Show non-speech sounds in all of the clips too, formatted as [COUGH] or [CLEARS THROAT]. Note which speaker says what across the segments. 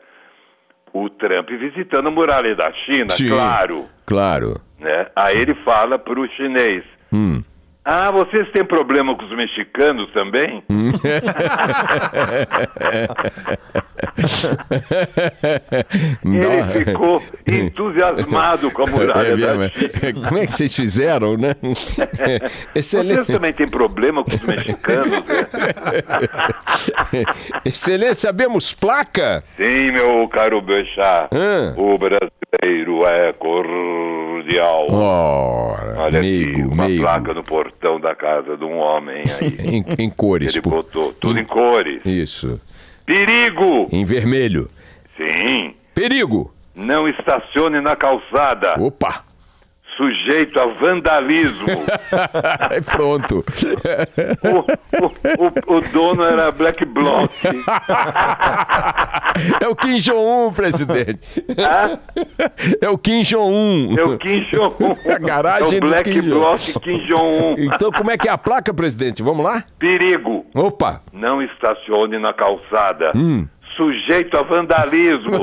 Speaker 1: o Trump visitando a muralha da China,
Speaker 2: Sim.
Speaker 1: tá claro.
Speaker 2: claro.
Speaker 1: né? Aí ele fala para o chinês.
Speaker 2: Hum.
Speaker 1: Ah, vocês têm problema com os mexicanos também?
Speaker 2: Hum. Não. [LAUGHS]
Speaker 1: Ele ficou entusiasmado com a muralha
Speaker 2: É mesmo,
Speaker 1: da
Speaker 2: é.
Speaker 1: China.
Speaker 2: Como é que vocês fizeram,
Speaker 1: [LAUGHS]
Speaker 2: né?
Speaker 1: Vocês
Speaker 2: Excelência,
Speaker 1: também têm problema com os mexicanos?
Speaker 2: [LAUGHS]
Speaker 1: né?
Speaker 2: Excelência, sabemos placa?
Speaker 1: Sim, meu caro Bechá.
Speaker 2: Hã?
Speaker 1: O brasileiro é cordial.
Speaker 2: Ora,
Speaker 1: Olha aqui,
Speaker 2: meigo,
Speaker 1: uma
Speaker 2: meigo.
Speaker 1: placa no portão da casa de um homem
Speaker 2: [LAUGHS]
Speaker 1: aí.
Speaker 2: Em, em cores.
Speaker 1: Ele
Speaker 2: pô.
Speaker 1: botou tudo em cores.
Speaker 2: Isso.
Speaker 1: Perigo!
Speaker 2: Em vermelho.
Speaker 1: Sim.
Speaker 2: Perigo.
Speaker 1: Não estacione na calçada.
Speaker 2: Opa. [LAUGHS]
Speaker 1: Sujeito a vandalismo.
Speaker 2: É pronto.
Speaker 1: o, o- o- o dono era Black Block.
Speaker 2: É o Kim Jong-un, presidente. É o Kim Jong-un.
Speaker 1: ah? É o Kim Jong-un.
Speaker 2: A garagem
Speaker 1: é o
Speaker 2: do
Speaker 1: Black
Speaker 2: Kim Jong.
Speaker 1: Block Kim Jong-un.
Speaker 2: [LAUGHS] Então, como é que é a placa, presidente? Vamos lá?
Speaker 1: Perigo.
Speaker 2: Opa!
Speaker 1: Não estacione na calçada. Sujeito a vandalismo.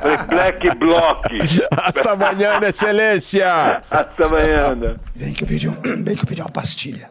Speaker 1: Falei, Black Block.
Speaker 2: Hasta amanhã, excelência!
Speaker 1: Hasta amanhã. né?
Speaker 3: Bem que eu pedi, um, [CLEARS THROAT] bem que eu pedi uma pastilha.